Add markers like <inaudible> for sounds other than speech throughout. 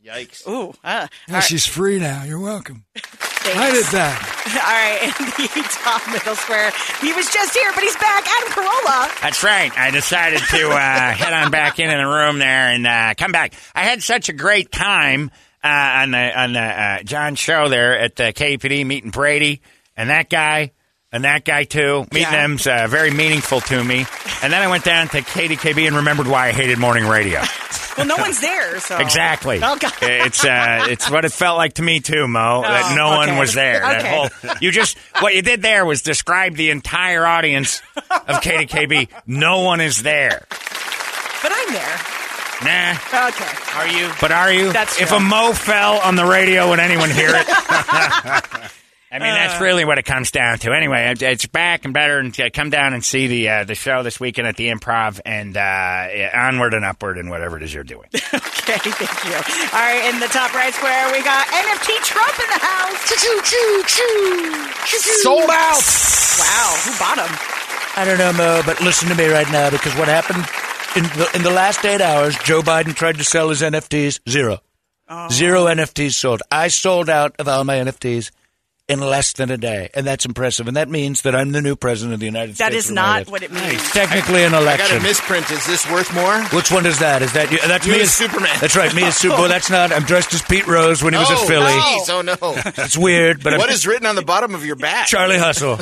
<laughs> Yikes. Ooh. Uh, Yeah, she's free now. You're welcome. <laughs> thanks. I did that. All right, Andy <laughs> Tom Middle Square. He was just here, but he's back. Adam Carolla. That's right. I decided to uh, head on back into the room there and uh, come back. I had such a great time uh, on the on the uh, John show there at the KPD meeting Brady and that guy and that guy too. Meeting Yeah. them's uh, very meaningful to me. And then I went down to KDKB and remembered why I hated morning radio. Well, no one's there, so Exactly. <laughs> Oh, God. It's uh, it's what it felt like to me too, Mo. that no Oh, okay. one was there. That Okay. whole you just what you did there was describe the entire audience of KDKB. No one is there. But I'm there. Nah. Okay. Are you? But are you? That's if true. a mo fell on the radio, would anyone hear <laughs> it? I mean, Uh. that's really what it comes down to. Anyway, it- it's back and better, and uh, come down and see the uh, the show this weekend at the Improv, and uh, onward and upward, and whatever it is you're doing. Okay, <laughs> thank you. All right, in the top right square, we got NFT Trump in the house. Sold out. Wow, who bought him? I don't know, Mo, but listen to me right now because what happened in the, in the last eight hours, Joe Biden tried to sell his NFTs. Zero. Oh. Zero NFTs sold. I sold out of all my NFTs in less than a day, and that's impressive. And that means that I'm the new president of the United That States. is not what it means. Technically, an I got election. a misprint. Is this worth more? Which one is that? Is that you? That's You me as Superman. That's right, me as <laughs> Superman. That's not. I'm dressed as Pete Rose when he was at oh, Philly. Jeez, oh <laughs> no. It's weird, but I'm what is written on the bottom of your back? Charlie Hustle.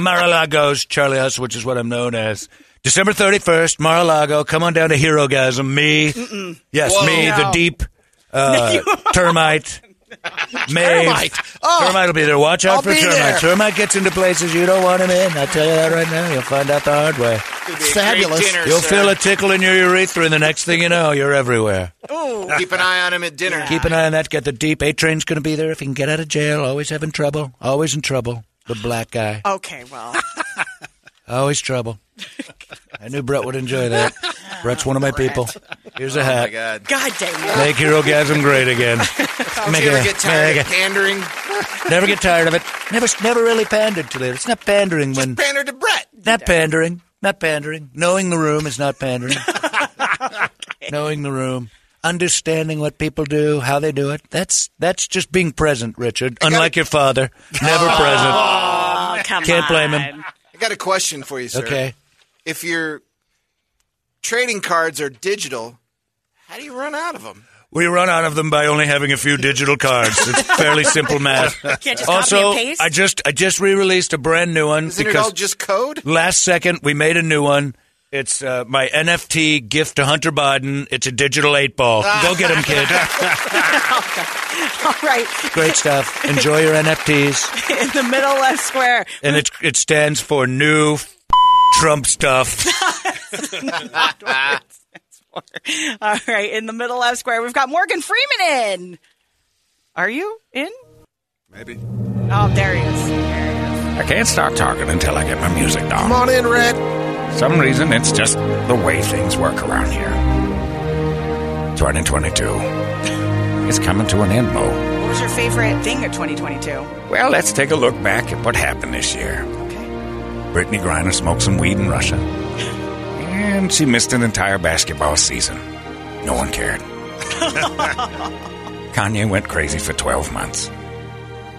<laughs> Mar-a-Lago's Charlie Hustle, which is what I'm known as. December 31st, Mar-a-Lago. Come on down to Hero Gasm. Me. Yes, Whoa. me, the No. <laughs> deep uh, termite. Maeve. Termite. Oh. Termite will be there. Watch out I'll for be termite. there. Termite gets into places you don't want him in. I tell you that right now. You'll find out the hard way. It'd be a great Fabulous. dinner, You'll sir. feel a tickle in your urethra, and the next thing you know, you're everywhere. Keep an eye on him at dinner. Keep an eye on that. Got the deep. A train's going to be there if he can get out of jail. Always having trouble. Always in trouble. The black guy. Okay, well, <laughs> Always trouble. I knew Brett would enjoy that. Brett's one of my people. Here's a Oh hat. my God. God dang it. Make your orgasm <laughs> great again. Do Make you it ever a- get tired make of it- pandering? never get tired of it. Never, never really pandered to it. It's not pandering when Pander to Brett. not pandering, not pandering. Knowing the room is <laughs> not pandering. Knowing the room, understanding what people do, how they do it. That's that's just being present, Richard. Unlike your father, never present. Oh, come Can't blame on. him. I got a question for you, sir. Okay. If your trading cards are digital, how do you run out of them? We run out of them by only having a few digital cards. It's fairly simple math. Can't just also, copy and paste? I just I just re-released a brand new one Isn't it because all just code? last second we made a new one. It's uh, my NFT gift to Hunter Biden. It's a digital eight ball. Go get him, kid. All right, Great stuff. Enjoy your <laughs> NFTs, in the middle left square, and it it stands for new f- Trump stuff. All right, in the middle left square, we've got Morgan Freeman in. Are you in? Maybe. Oh, there he is. There he is. I can't stop talking until I get my music Come down. on in, Red. Some reason it's just the way things work around here. 2022 is coming to an end, Mo. What was your favorite thing of 2022? Well, let's take a look back at what happened this year. Brittany Griner smoked some weed in Russia, and she missed an entire basketball season. No one cared. Kanye went crazy for 12 months.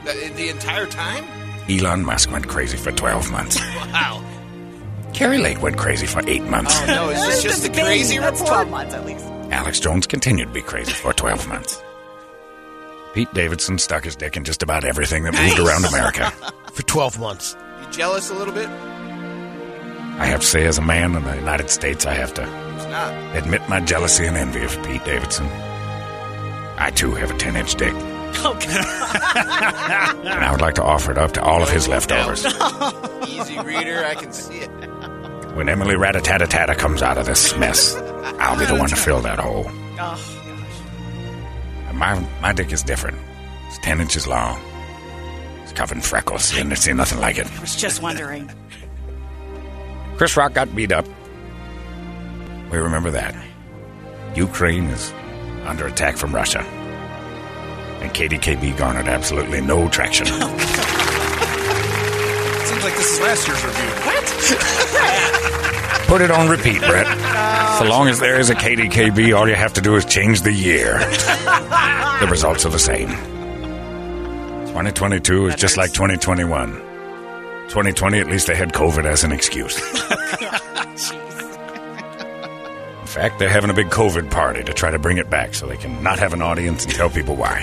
The, the entire <laughs> time? Elon Musk went crazy for 12 months. Wow. Carrie Lake went crazy for eight months. Oh, no. Is this just the Baby, crazy that's report? 12 months at least. Alex Jones continued to be crazy for 12 months. Pete Davidson stuck his dick in just about everything that moved around America. for 12 months. You jealous a little bit? I have to say, as a man in the United States, I have to It's not. admit my jealousy and envy of Pete Davidson. I too have a 10 inch dick, and <laughs> I would like to offer it up to all of his leftovers. <laughs> Easy reader. I can see it. When Emily Ratatata comes out of this mess, I'll be the one to fill that hole. Oh, gosh. My, my dick is different. It's 10 inches long. It's covered in freckles. You didn't see nothing like it. I was just wondering. Chris Rock got beat up. We remember that. Ukraine is under attack from Russia. And KDKB garnered absolutely no traction. seems like this is last year's review. Put it on repeat, Brett. So long as there is a KDKB, all you have to do is change <laughs> the year. the results are the same. 2022 is just like 2021. 2020, at least they had COVID as an <laughs> excuse. In fact, they're having a big COVID party to try to bring it back so they can not have an audience and tell people why.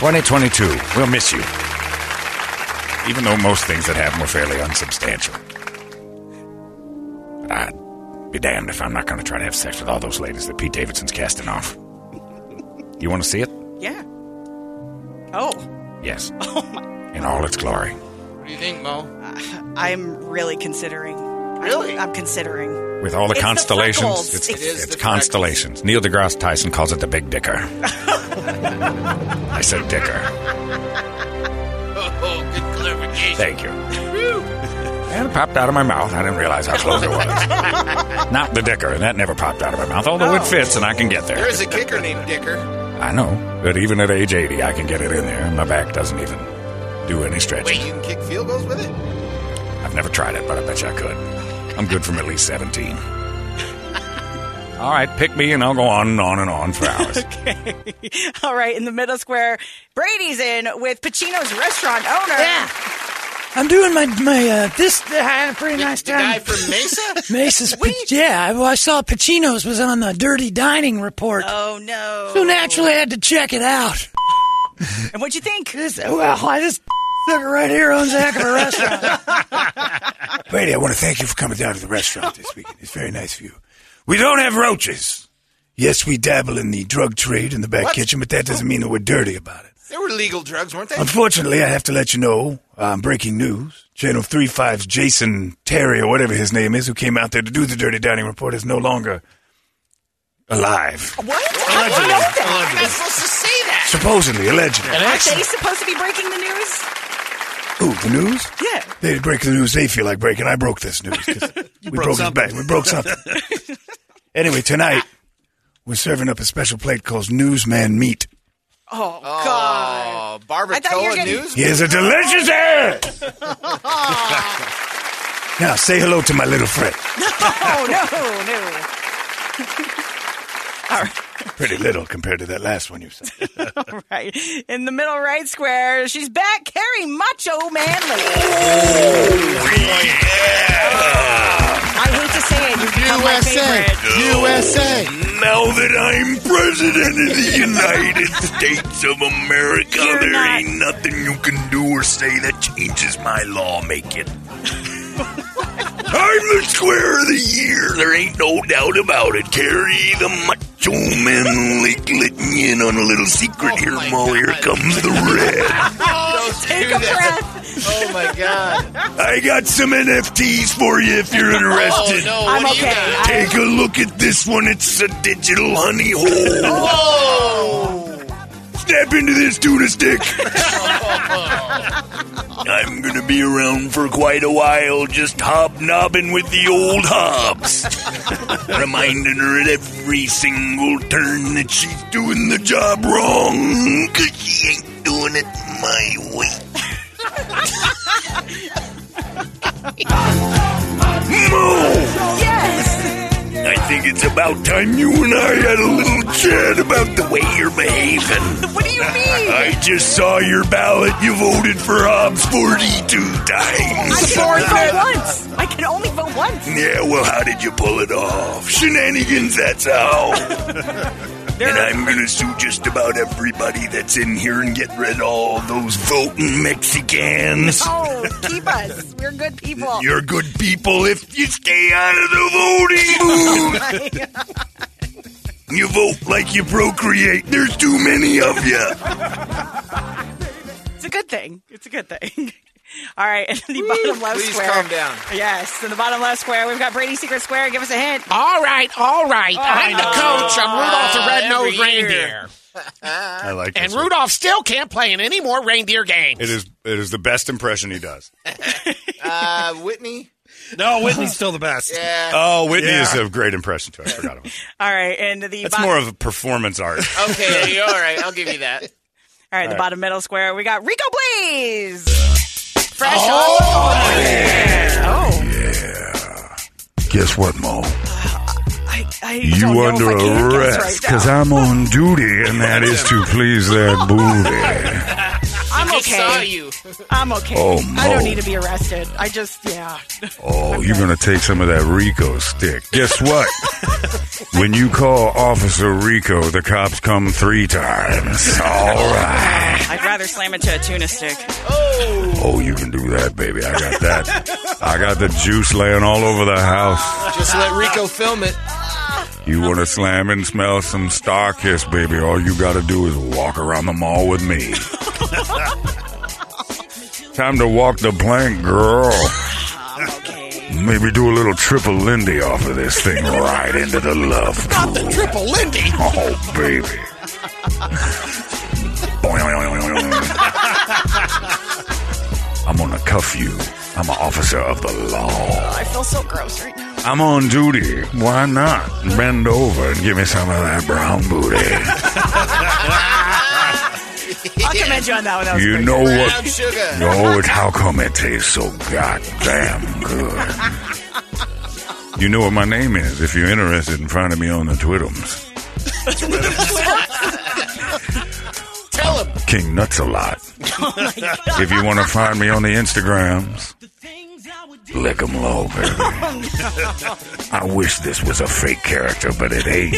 2022, we'll miss you. Even though most things that happen were fairly unsubstantial. But I'd be damned if I'm not going to try to have sex with all those ladies that Pete Davidson's casting off. You want to see it? Yeah. Oh, Yes. In all its glory. what do you think, Mo? I'm really considering. Really? I'm, considering. With all the It's the constellations, freckles. it's, It is it's the constellations. Neil deGrasse Tyson calls it the <laughs> Big Dicker. I said Dicker. Oh, good clarification. Thank you. And it popped out of my mouth. I didn't realize how close it was. <laughs> Not the Dicker, and that never popped out of my mouth, although it fits and I can get There there. is a kicker named Dicker. I know, but even at age 80, I can get it in there, and my back doesn't even do any stretching. Wait, you can kick field goals with it? I've never tried it, but I bet you I could. I'm good from at least 17. All right, pick me, and I'll go on and on and on for hours. All right, in the middle square, Brady's in with Pacino's restaurant owner. Yeah. I'm doing my my uh, this. I had a <laughs> pretty nice the <laughs> time. guy from Mesa? Mesa's. pa- yeah, I, well, I saw Pacino's was on the Dirty Dining report. Oh no! So naturally, I had to check it out. And what'd you think? Well, I just <laughs> sucker right here owns a heck of a restaurant. Brady, I want to thank you for coming down to the restaurant this weekend. It's very nice of you. We don't have roaches. Yes, we dabble in the drug trade in the back What? kitchen, but that doesn't mean that we're dirty about it. There were legal drugs, weren't they? Unfortunately, I have to let you know um, breaking news. Channel 35's Jason Terry, or whatever his name is, who came out there to do the Dirty Dining Report, is no longer alive. What? I Allegedly. didn't know that. Allegedly. I'm not supposed to say that. Supposedly, allegedly. Aren't they supposed to be breaking the news? Ooh, the news? Yeah. They break the news they feel like breaking. I broke this <laughs> news. 'cause we broke broke, it something. back. We broke <laughs> something. anyway, tonight, we're serving up a special plate called Newsman Meat. Oh, <laughs> God. I thought you were Barbacoa getting- news? Here's a delicious ass! Now, say hello to my little friend. Oh, no, <laughs> no, no. Pretty little compared to that last one you said. All right. In the middle right square, she's back, Carrie Macho Manley. I hate to say it, you've become my favorite. USA. Now that I'm president of the United States of America, You're there not. ain't nothing you can do or say that changes my lawmaking. I'm the square of the year. There ain't no doubt about it. Carry the macho man lick letting you in on a little secret here, Mo. Here comes the red. Take a breath. <laughs> Oh, my God. I got some NFTs for you if you're interested. Oh, no, what I'm do you okay. got? Take a look at this one. It's a digital honey hole. Whoa! Snap into this tuna stick. I'm gonna be around for quite a while, just hobnobbing with the old hobs. Reminding her at every single turn that she's doing the job wrong, cause she ain't doing it my way. Mo! Yes. <laughs> I think it's about time you and I had a little chat about the way you're behaving. What do you mean? I just saw your ballot. You voted for Hobbs 42 I times. can only vote once. I can only vote once. Yeah, well, how did you pull it off? Shenanigans, that's how. and I'm going to sue just about everybody that's in here and get rid of all those voting Mexicans. Oh, keep us. We're good people. You're good people if you stay out of the voting booth. you vote like you procreate. There's too many of you. It's a good thing. It's a good thing. <laughs> All right, and in the bottom left please square. calm down. Yes, in the bottom left square, we've got Brady's Secret Square. Give us a hint. <laughs> All right, all right. I'm the coach. I'm Rudolph the Red-Nosed Reindeer. I like And Rudolph still can't play in any more reindeer games. It is it is the best impression he does. Uh, Whitney? No, Whitney's still the best. Yeah. Oh, Whitney is Yeah. a great impression too. I forgot about. it. All right, and the That's bot- more of a <laughs> performance art. Okay, all right, I'll give you that. All right, the All right. bottom middle square, we got Rico Blaze. Fresh oh, Oh, Guess what, Mo? I, I don't You know under if I can guess arrest because I'm on duty, and that is <laughs> to please that booty. I'm okay. saw you. I'm okay. Oh, I Mo. don't need to be arrested. I just, yeah. Oh, you're gonna take some of that Rico stick. <laughs> Guess what? when you call Officer Rico, the cops come three times. All right. I'd rather slam it to a tuna stick. Oh, you can do that, baby. I got that. I got the juice laying all over the house. Just let Rico film it. You want to slam and smell some Star Kiss, baby? All you got to do is walk around the mall with me. Time to walk the plank, girl. Maybe do a little triple Lindy off of this thing right into the love Not the triple Lindy. <laughs> Oh, baby. I'm gonna cuff you. I'm an officer of the law. Oh, I feel so gross right now. I'm on duty. Why not? Bend over and give me some of that brown <laughs> booty. I'll commend you on that one. That was you pretty <laughs> know good. what? No, it's how come it tastes so goddamn good. You know what my name is if you're interested in finding me on the Twittums. Tell him. King Nuts a lot. If you want to find me on the Instagrams, lick 'em low, baby. I wish this was a fake character, but it ain't.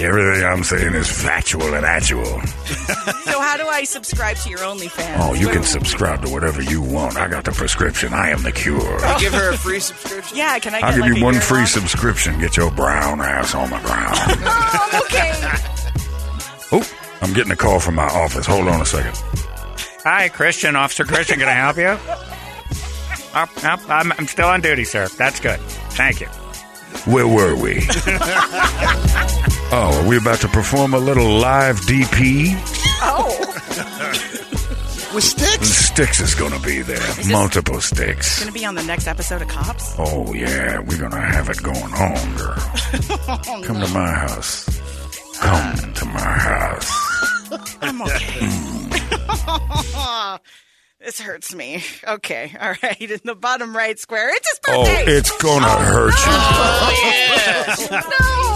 Everything I'm saying is factual and actual. So how do I subscribe to your OnlyFans? Oh, you can subscribe to whatever you want. I got the prescription. I am the cure. Oh, give her a free subscription. Yeah, can I? Get I'll give like you a one year free long? subscription. Get your brown ass on the ground. Oh, I'm okay. oh, I'm getting a call from my office. Hold on a second. Hi, Christian. Officer Christian, can I help you? Up, up, I'm, I'm still on duty, sir. That's good. Thank you. Where were we? Oh, are we about to perform a little live DP? Oh. With sticks? Sticks is going to be there. Multiple It's sticks. gonna be on the next episode of Cops. Oh, yeah. We're going to have it going on, girl. Come to my house. Come to my house. I'm okay. this hurts me. Okay, all right. In the bottom right square, it's his Oh, birthday. it's going to hurt you.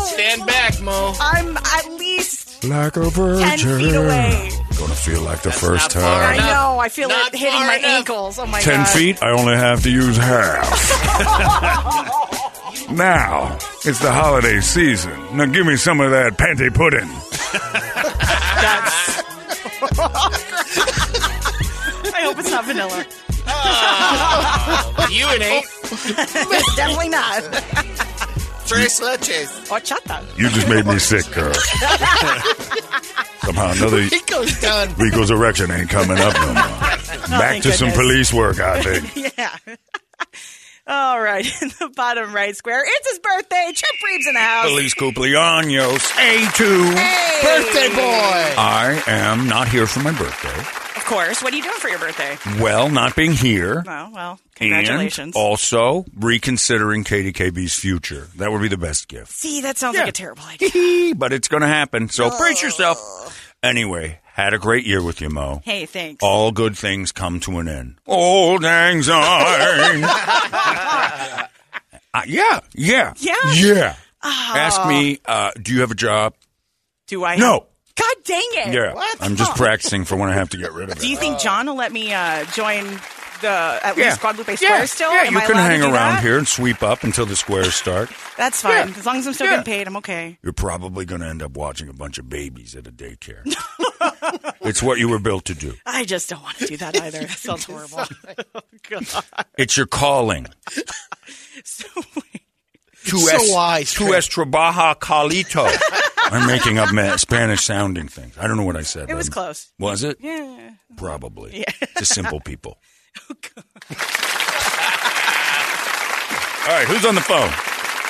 Stand back, Mo. I'm at least Like a ten virgin. feet away. Going to feel like the first I time. know. I feel it hitting my ankles. Oh my Ten god. feet, I only have to use half. <laughs> now, it's the holiday season. Now give me some of that panty pudding. That's. I hope it's not vanilla. You and eight. Definitely not. Tres leches. Horchata. You just made me sick, girl. <laughs> Somehow another Rico's done. Rico's erection ain't coming <laughs> up no more. Back thank to some goodness. police work, I think. yeah. All right. In the bottom right square, it's his birthday. Chip Reeves in the house. Feliz cumpleaños, A2. Hey. I am not here for my birthday. Of course. What are you doing for your birthday? Well, not being here. Oh, well, congratulations. And also reconsidering KDKB's future. That would be the best gift. See, that sounds like a terrible idea. <laughs> but it's going to happen. So brace yourself. Anyway, had a great year with you, Mo. Hey, thanks. All good things come to an end. Old <laughs> anxiety. Uh, yeah, yeah, Yeah. yeah. Ah. Ask me, uh, do you have a job? Do I? No. God dang it. Yeah, Eh, What? I'm just Huh. practicing for when I have to get rid of it. Do you think John will let me uh, join the at Yeah. least Guadalupe Yeah, Square still? Yeah, Am you I can allowed to hang do around that? here and sweep up until the squares start. That's fine. As long as I'm still getting paid, I'm okay. You're probably going to end up watching a bunch of babies at a daycare. <laughs> it's what you were built to do. I just don't want to do <laughs> that either. That sounds horrible. <laughs> oh, God. It's your calling. Tu So es, wise, Tu Trey. es trabaja <laughs> calito. I'm making up Spanish sounding things. I don't know what I said. It was I'm- close. Was it? Yeah. Probably. Yeah. To simple people. All right, who's on the phone?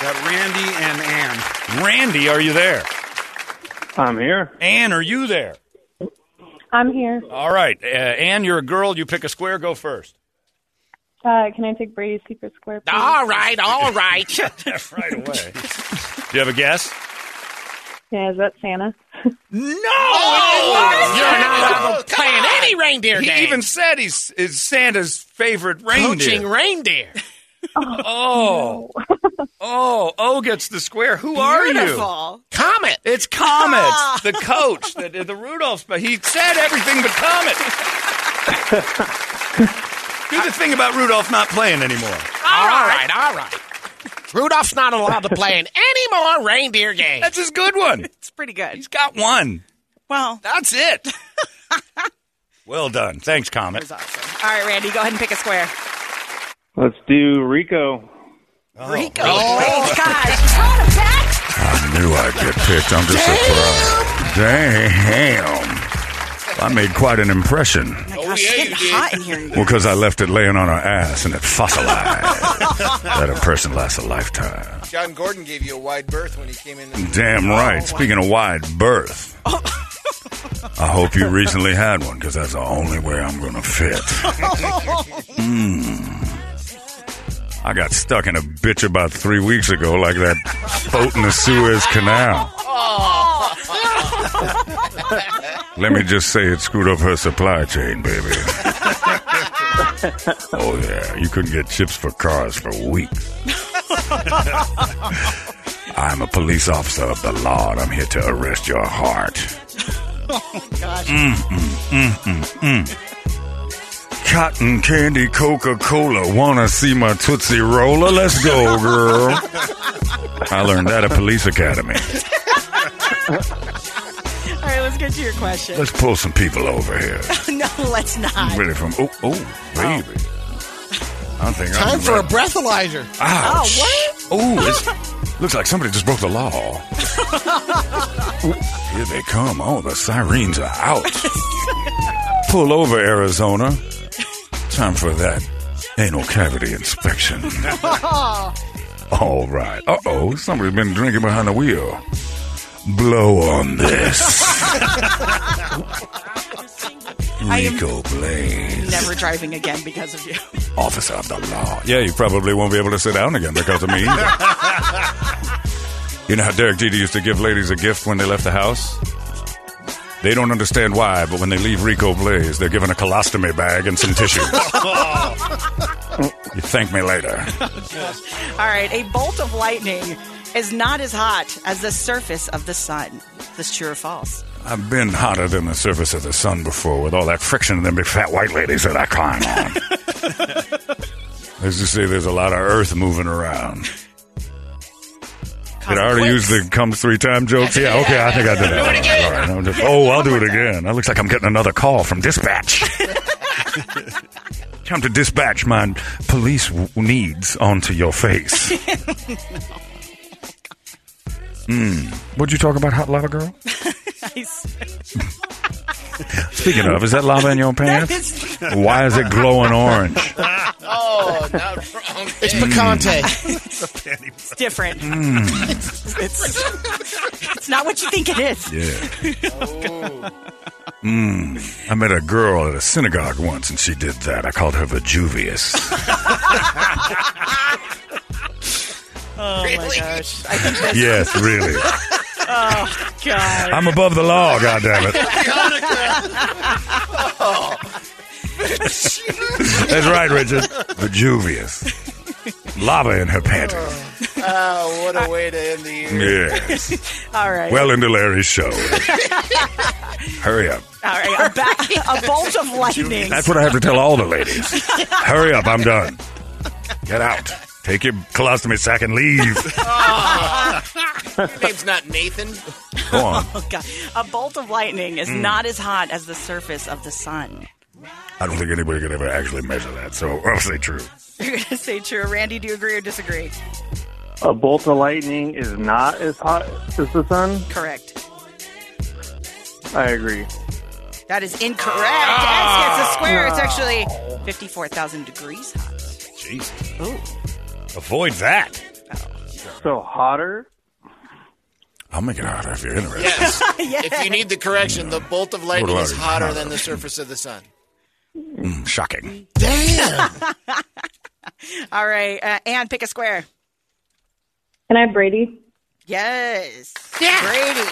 Got Randy and Ann. Randy, are you there? I'm here. Ann, are you there? I'm here. All right, uh, Ann, you're a girl. You pick a square. <laughs> Go first. Uh, can I take Brady's Secret Square? Please? All right, all <laughs> right. right away. Do you have a guess? Yeah, is that Santa? You're not playing any reindeer He game. even said he's is Santa's favorite reindeer. Coaching <laughs> reindeer. Oh. oh, O gets the square. Who are you? Beautiful. Comet. <laughs> It's Comet, the coach that did the Rudolphs, but he said everything but <laughs> Comet. Do the thing about Rudolph not playing anymore. All right, all right. Rudolph's not allowed to play in any more reindeer games. That's his good one. It's pretty good. He's got One. Well, <laughs> that's it. Well done. Thanks, Comet. All right, Randy, go ahead and pick a square. Let's do Rico. Rico. Oh. Great God. I knew I'd get picked. I'm just surprised. Damn. I made quite an impression. Oh, gosh, it's getting hot in here. Well, because I left it laying on her ass and it fossilized. that impression lasts a lifetime. John Gordon gave you a wide berth when he came in. Damn right. Speaking of wide berth, I hope you recently had one because that's the only way I'm going to fit. Mm. I got stuck in a bitch about three weeks ago, like that boat in the Suez Canal. Let me just say it screwed up her supply chain, baby. oh, yeah. You couldn't get chips for cars for weeks. I'm a police officer of the law, and I'm here to arrest your heart. <laughs> Oh, gosh. Mm, mm, mm, mm, mm. Cotton candy, Coca Cola. Wanna see my Tootsie Roller? Let's go, girl. <laughs> I learned that at police academy. All right, let's get to your question. <laughs> Let's pull some people over here. no, let's not. Really from oh oh baby. I think Oh. Time I'm for a ready. breathalyzer. Ouch. Oh, <laughs> Ooh, it's, looks like somebody just broke the law. Here they come. Oh, the sirens are out. Pull over, Arizona. Time for that anal <laughs> cavity inspection. All right. Uh oh, somebody's been drinking behind the wheel. Blow on this. <laughs> I am- Rico Blaze, Never driving again because of you. officer of the law. Yeah, you probably won't be able to sit down again because of me. you know how Derek Jeter used to give ladies a gift when they left the house? They don't understand why, but when they leave Rico Blaze, they're given a colostomy bag and some tissues. you thank me later. All right, a bolt of lightning is not as hot as the surface of the sun. This true or false? <laughs> I've been hotter than the surface of the sun before with all that friction and them big fat white ladies that I climb on. Let's just say there's a lot of earth moving around. Did I already use the comes three time jokes? Yeah, okay, I think I did Do that. it again. All right, I'm just- oh, I'll do it again. That looks like I'm getting another call <laughs> from dispatch. Time to dispatch my police w- needs onto <laughs> your face. Mm. What'd you talk about, hot lava girl? Speaking of, is that lava in your pants? is- Why is it glowing orange? oh, not wrong. <laughs> It's picante. it's different. Mm. <laughs> It's, it's, it's not what you think it <laughs> is. Yeah. Oh, Mm. I met a girl at a synagogue once, and she did that. I called her Vejuvius. Oh my gosh. I think that's- yes, really. Oh, God. I'm above the law. God damn it. That's right, Richard. Vejuvius. Lava in her panties. oh, what a way to end the year. Yes. All right. Well into Larry's show. Hurry up. All right, a, <laughs> ba- a bolt of lightning. That's what I have to tell all the ladies. Hurry up. I'm done. Get out. Take your colostomy sack and leave. Your name's not Nathan. Go on. Oh, God. A bolt of lightning is Mm. not as hot as the surface of the sun. <laughs> I don't think anybody could ever actually measure that, so <laughs> I'll say true. You're going to say true. Randy, do you agree or disagree? A bolt of lightning is not as hot as the sun. Correct. I agree. That is incorrect. X Ah. gets a square. It's actually 54,000 degrees hot. Jeez. Ooh. Avoid that. So hotter. I'll make it harder if you're interested. Yes. If you need the correction, the bolt of lightning is lightning. hotter than the surface of the sun. Mm, shocking. Damn. All right, uh, Anne, pick a square. Can I have Brady? Yes. Brady.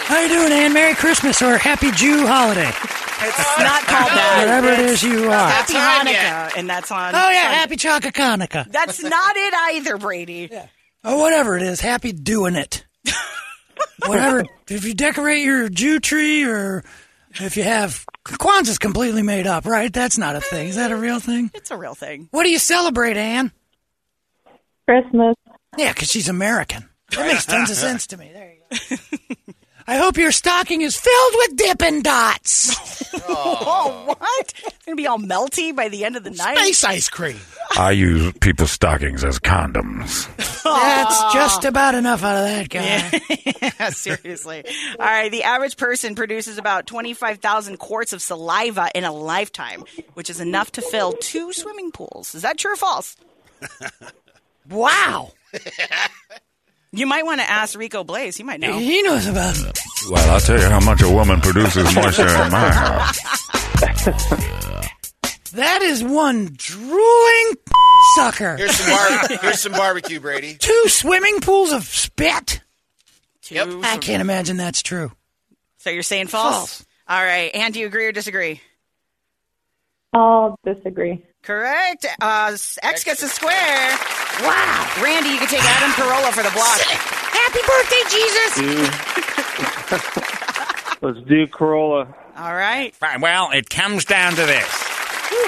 How you doing, Ann? Merry Christmas or Happy Jew holiday. It's not called that. Whatever it It's is Oh, you are. Happy Hanukkah, and that's on. Oh, yeah, Sunday. Happy Chakakanaka. That's not it either, Brady. Oh, whatever it is, happy doing it. whatever. If you decorate your Jew tree or if you have. Kwanzaa's completely made up, right? That's not a thing. Is that a real thing? It's a real thing. What do you celebrate, Anne? Christmas. Yeah, because she's American. That makes tons of sense to me. There you go. I hope your stocking is filled with Dippin' Dots. <laughs> Oh, what? It's gonna be all melty by the end of the night. Space <laughs> ice cream. I use people's stockings as condoms. That's just about enough out of that guy. Yeah, seriously. All right, the average person produces about 25,000 quarts of saliva in a lifetime, which is enough to fill two swimming pools. Is that true or false? Wow. you might want to ask Rico Blaze. He might know. He knows about it. Well, I'll tell you how much a woman produces moisture in my house. That is one drooling <laughs> sucker. Here's some bar- here's some barbecue, Brady. Two swimming pools of spit? Yep. I can't imagine that's true. So you're saying false? All right. And do you agree or disagree? I'll disagree. Correct. Uh, X gets a square. Wow. Randy, you can take Adam Carolla for the block. Happy birthday, Jesus. Let's do Corolla. All right. Fine. Well, it comes down to this.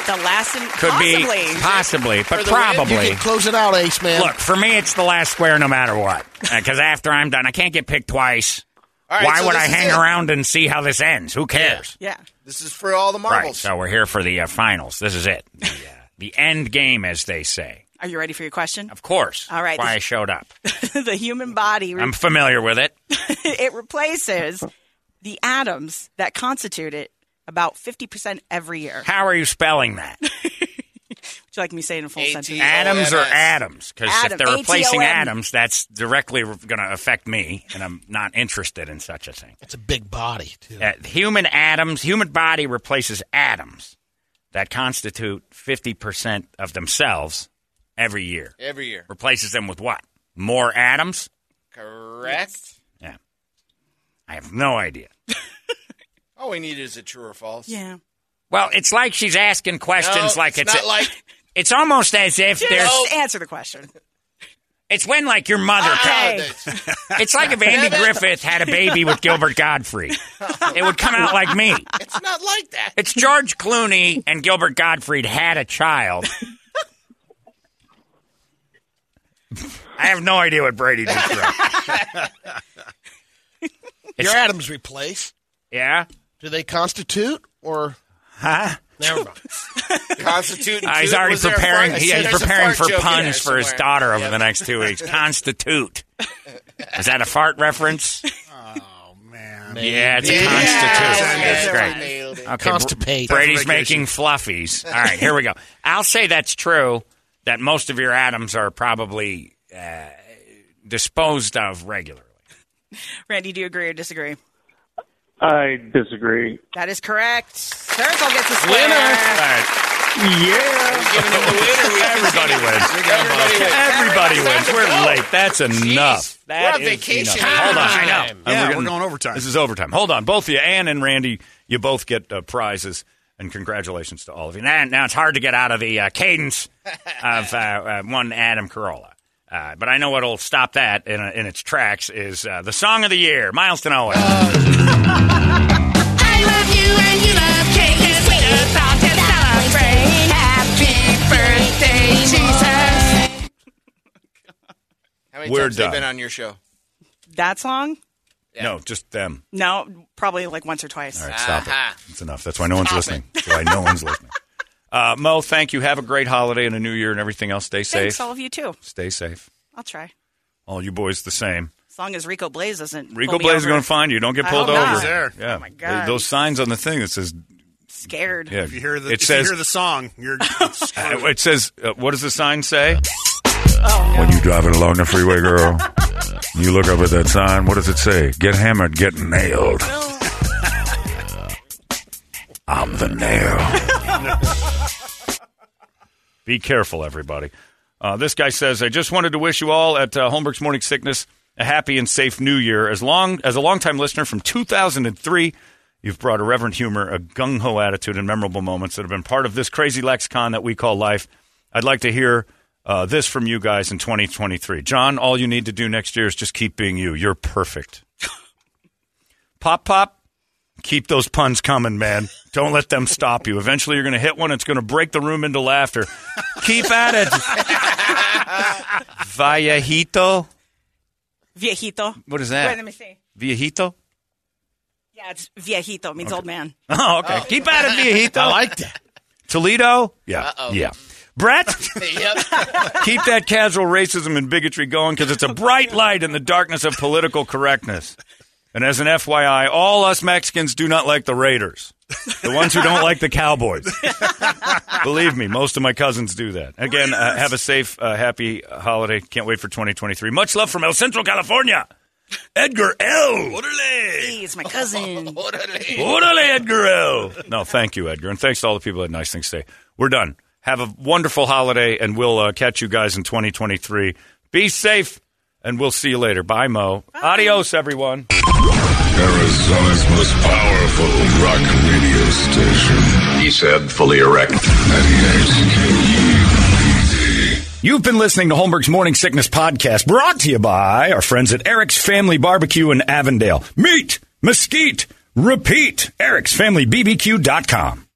The last and Could possibly. be possibly, For but the win, you probably. can close it out, Ace Man. Look, for me, it's the last square, no matter what. <laughs> Because after I'm done, I can't get picked twice. All right, Why so would this I is hang it. around and see how this ends? Who cares? Yeah. This is for all the Right. marbles. So we're here for the uh, finals. This is it. The, uh, <laughs> the end game, as they say. Are you ready for your question? Of course. All right. Why I showed up. <laughs> the human body re- I'm familiar with it. <laughs> it replaces the atoms that constitute it about 50% every year. How are you <laughs> spelling that? Would you like me to say it in a full sentence? Atoms or atoms? Because if Atom, they're replacing A-T-O-M. atoms, that's directly going to affect me, and I'm not interested in such a thing. It's a big body, too. human atoms, human body replaces atoms that constitute 50% of themselves every year. Every year. Replaces them with what? More atoms? Correct. Yeah. I have no idea. All we need is a true or false. Yeah. Well, it's like she's asking questions No, like it's it's not a- like- it's almost as if Just there's answer the question. It's when like your mother. Ah! Okay. It's like if Andy Kevin. Griffith had a baby with Gilbert Godfrey. It would come out like me. It's not like that. It's George Clooney and Gilbert Gottfried had a child. <laughs> I have no idea what Brady did wrong. Your atoms replace. Yeah. Do they constitute or? Huh? Never mind. Constitute. Uh, he's already preparing. He, he's preparing for puns for his daughter over the next two weeks. Constitute. Is that a fart reference? Yeah, it's a Yeah, constitution. that's That's right. great. Nailed it. Okay, Constipate. Br- Brady's That's what I guess making fluffies. All right, here we go. I'll say that's true. That most of your atoms are probably uh, disposed of regularly. Randy, do you agree or disagree? I disagree. That is correct. Circle gets a square. Winner. All right. Yeah. <laughs> Everybody wins. Everybody wins. Everybody wins. We're late. That's enough. We're That on is vacation. enough. Hold on. I know. Time. And Yeah, we're going overtime. This is overtime. Hold on. Both of you, Ann and Randy, you both get uh, prizes. And congratulations to all of you. Now, now it's hard to get out of the uh, cadence of uh, uh, one Adam Carolla. Uh, but I know what'll stop that in, in its tracks is uh, the song of the year, Miles to Owens. I love you and you love cake. It's sweet us all to celebrate. Happy birthday, Jesus. How many We're times have done. they been on your show? That song? No, just them. No, probably like once or twice. All right, stop Uh-huh. <laughs> it. That's enough. That's why no one's listening. That's why no one's listening. Uh, Mo, thank you. Have a great holiday and a new year and everything else. Stay safe. Thanks, all of you too. Stay safe. I'll try. All you boys the same. As long as Rico Blaze doesn't. Rico pull me Blaze is over. going to find you. Don't get I pulled hope over. not. Yeah. Oh my god. Those signs on the thing that says Scared. yeah. If you hear the, if It says- you hear the song, <laughs> you're uh, it says uh, what does the sign say? When you driving along the <laughs> freeway, girl, you look up at that sign. What does it say? Get hammered, get nailed. <laughs> I'm the nail. Be careful, everybody. Uh, this guy says, I just wanted to wish you all at uh, Holmberg's Morning Sickness a happy and safe new year. As long as a longtime listener from 2003, you've brought a reverent humor, a gung ho attitude, and memorable moments that have been part of this crazy lexicon that we call life. I'd like to hear uh, this from you guys in 2023. John, all you need to do next year is just keep being you. You're perfect. <laughs> pop, pop. Keep those puns coming, man. Don't let them stop you. Eventually, you're going to hit one. It's going to break the room into laughter. Keep at it. <laughs> Vallejito. Viejito. What is that? Wait, let me see. Viejito? Yeah, it's viejito means old man. Oh, okay. Keep at it, <laughs> viejito. I like that. Toledo? Yeah. Uh-oh. Yeah. Brett, yep. keep that casual racism and bigotry going because it's a bright light in the darkness of political correctness. And as an FYI, all us Mexicans do not like the Raiders, the ones who don't like the Cowboys. Believe me, most of my cousins do that. Again, uh, have a safe, uh, happy holiday. Can't wait for 2023. Much love from El Centro, California. Edgar L. Hey, it's my cousin. <laughs> Orale, Edgar L. No, thank you, Edgar. And thanks to all the people at Nice Things Today. We're done. Have a wonderful holiday, and we'll uh, catch you guys in 2023. Be safe, and we'll see you later. Bye, Mo. Adios, everyone. Arizona's most powerful rock radio station. He said, fully erect. 98 KUPD. You've been listening to Holmberg's Morning Sickness Podcast, brought to you by our friends at Eric's Family Barbecue in Avondale. Meet, mesquite, repeat, ericsfamilybbq.com.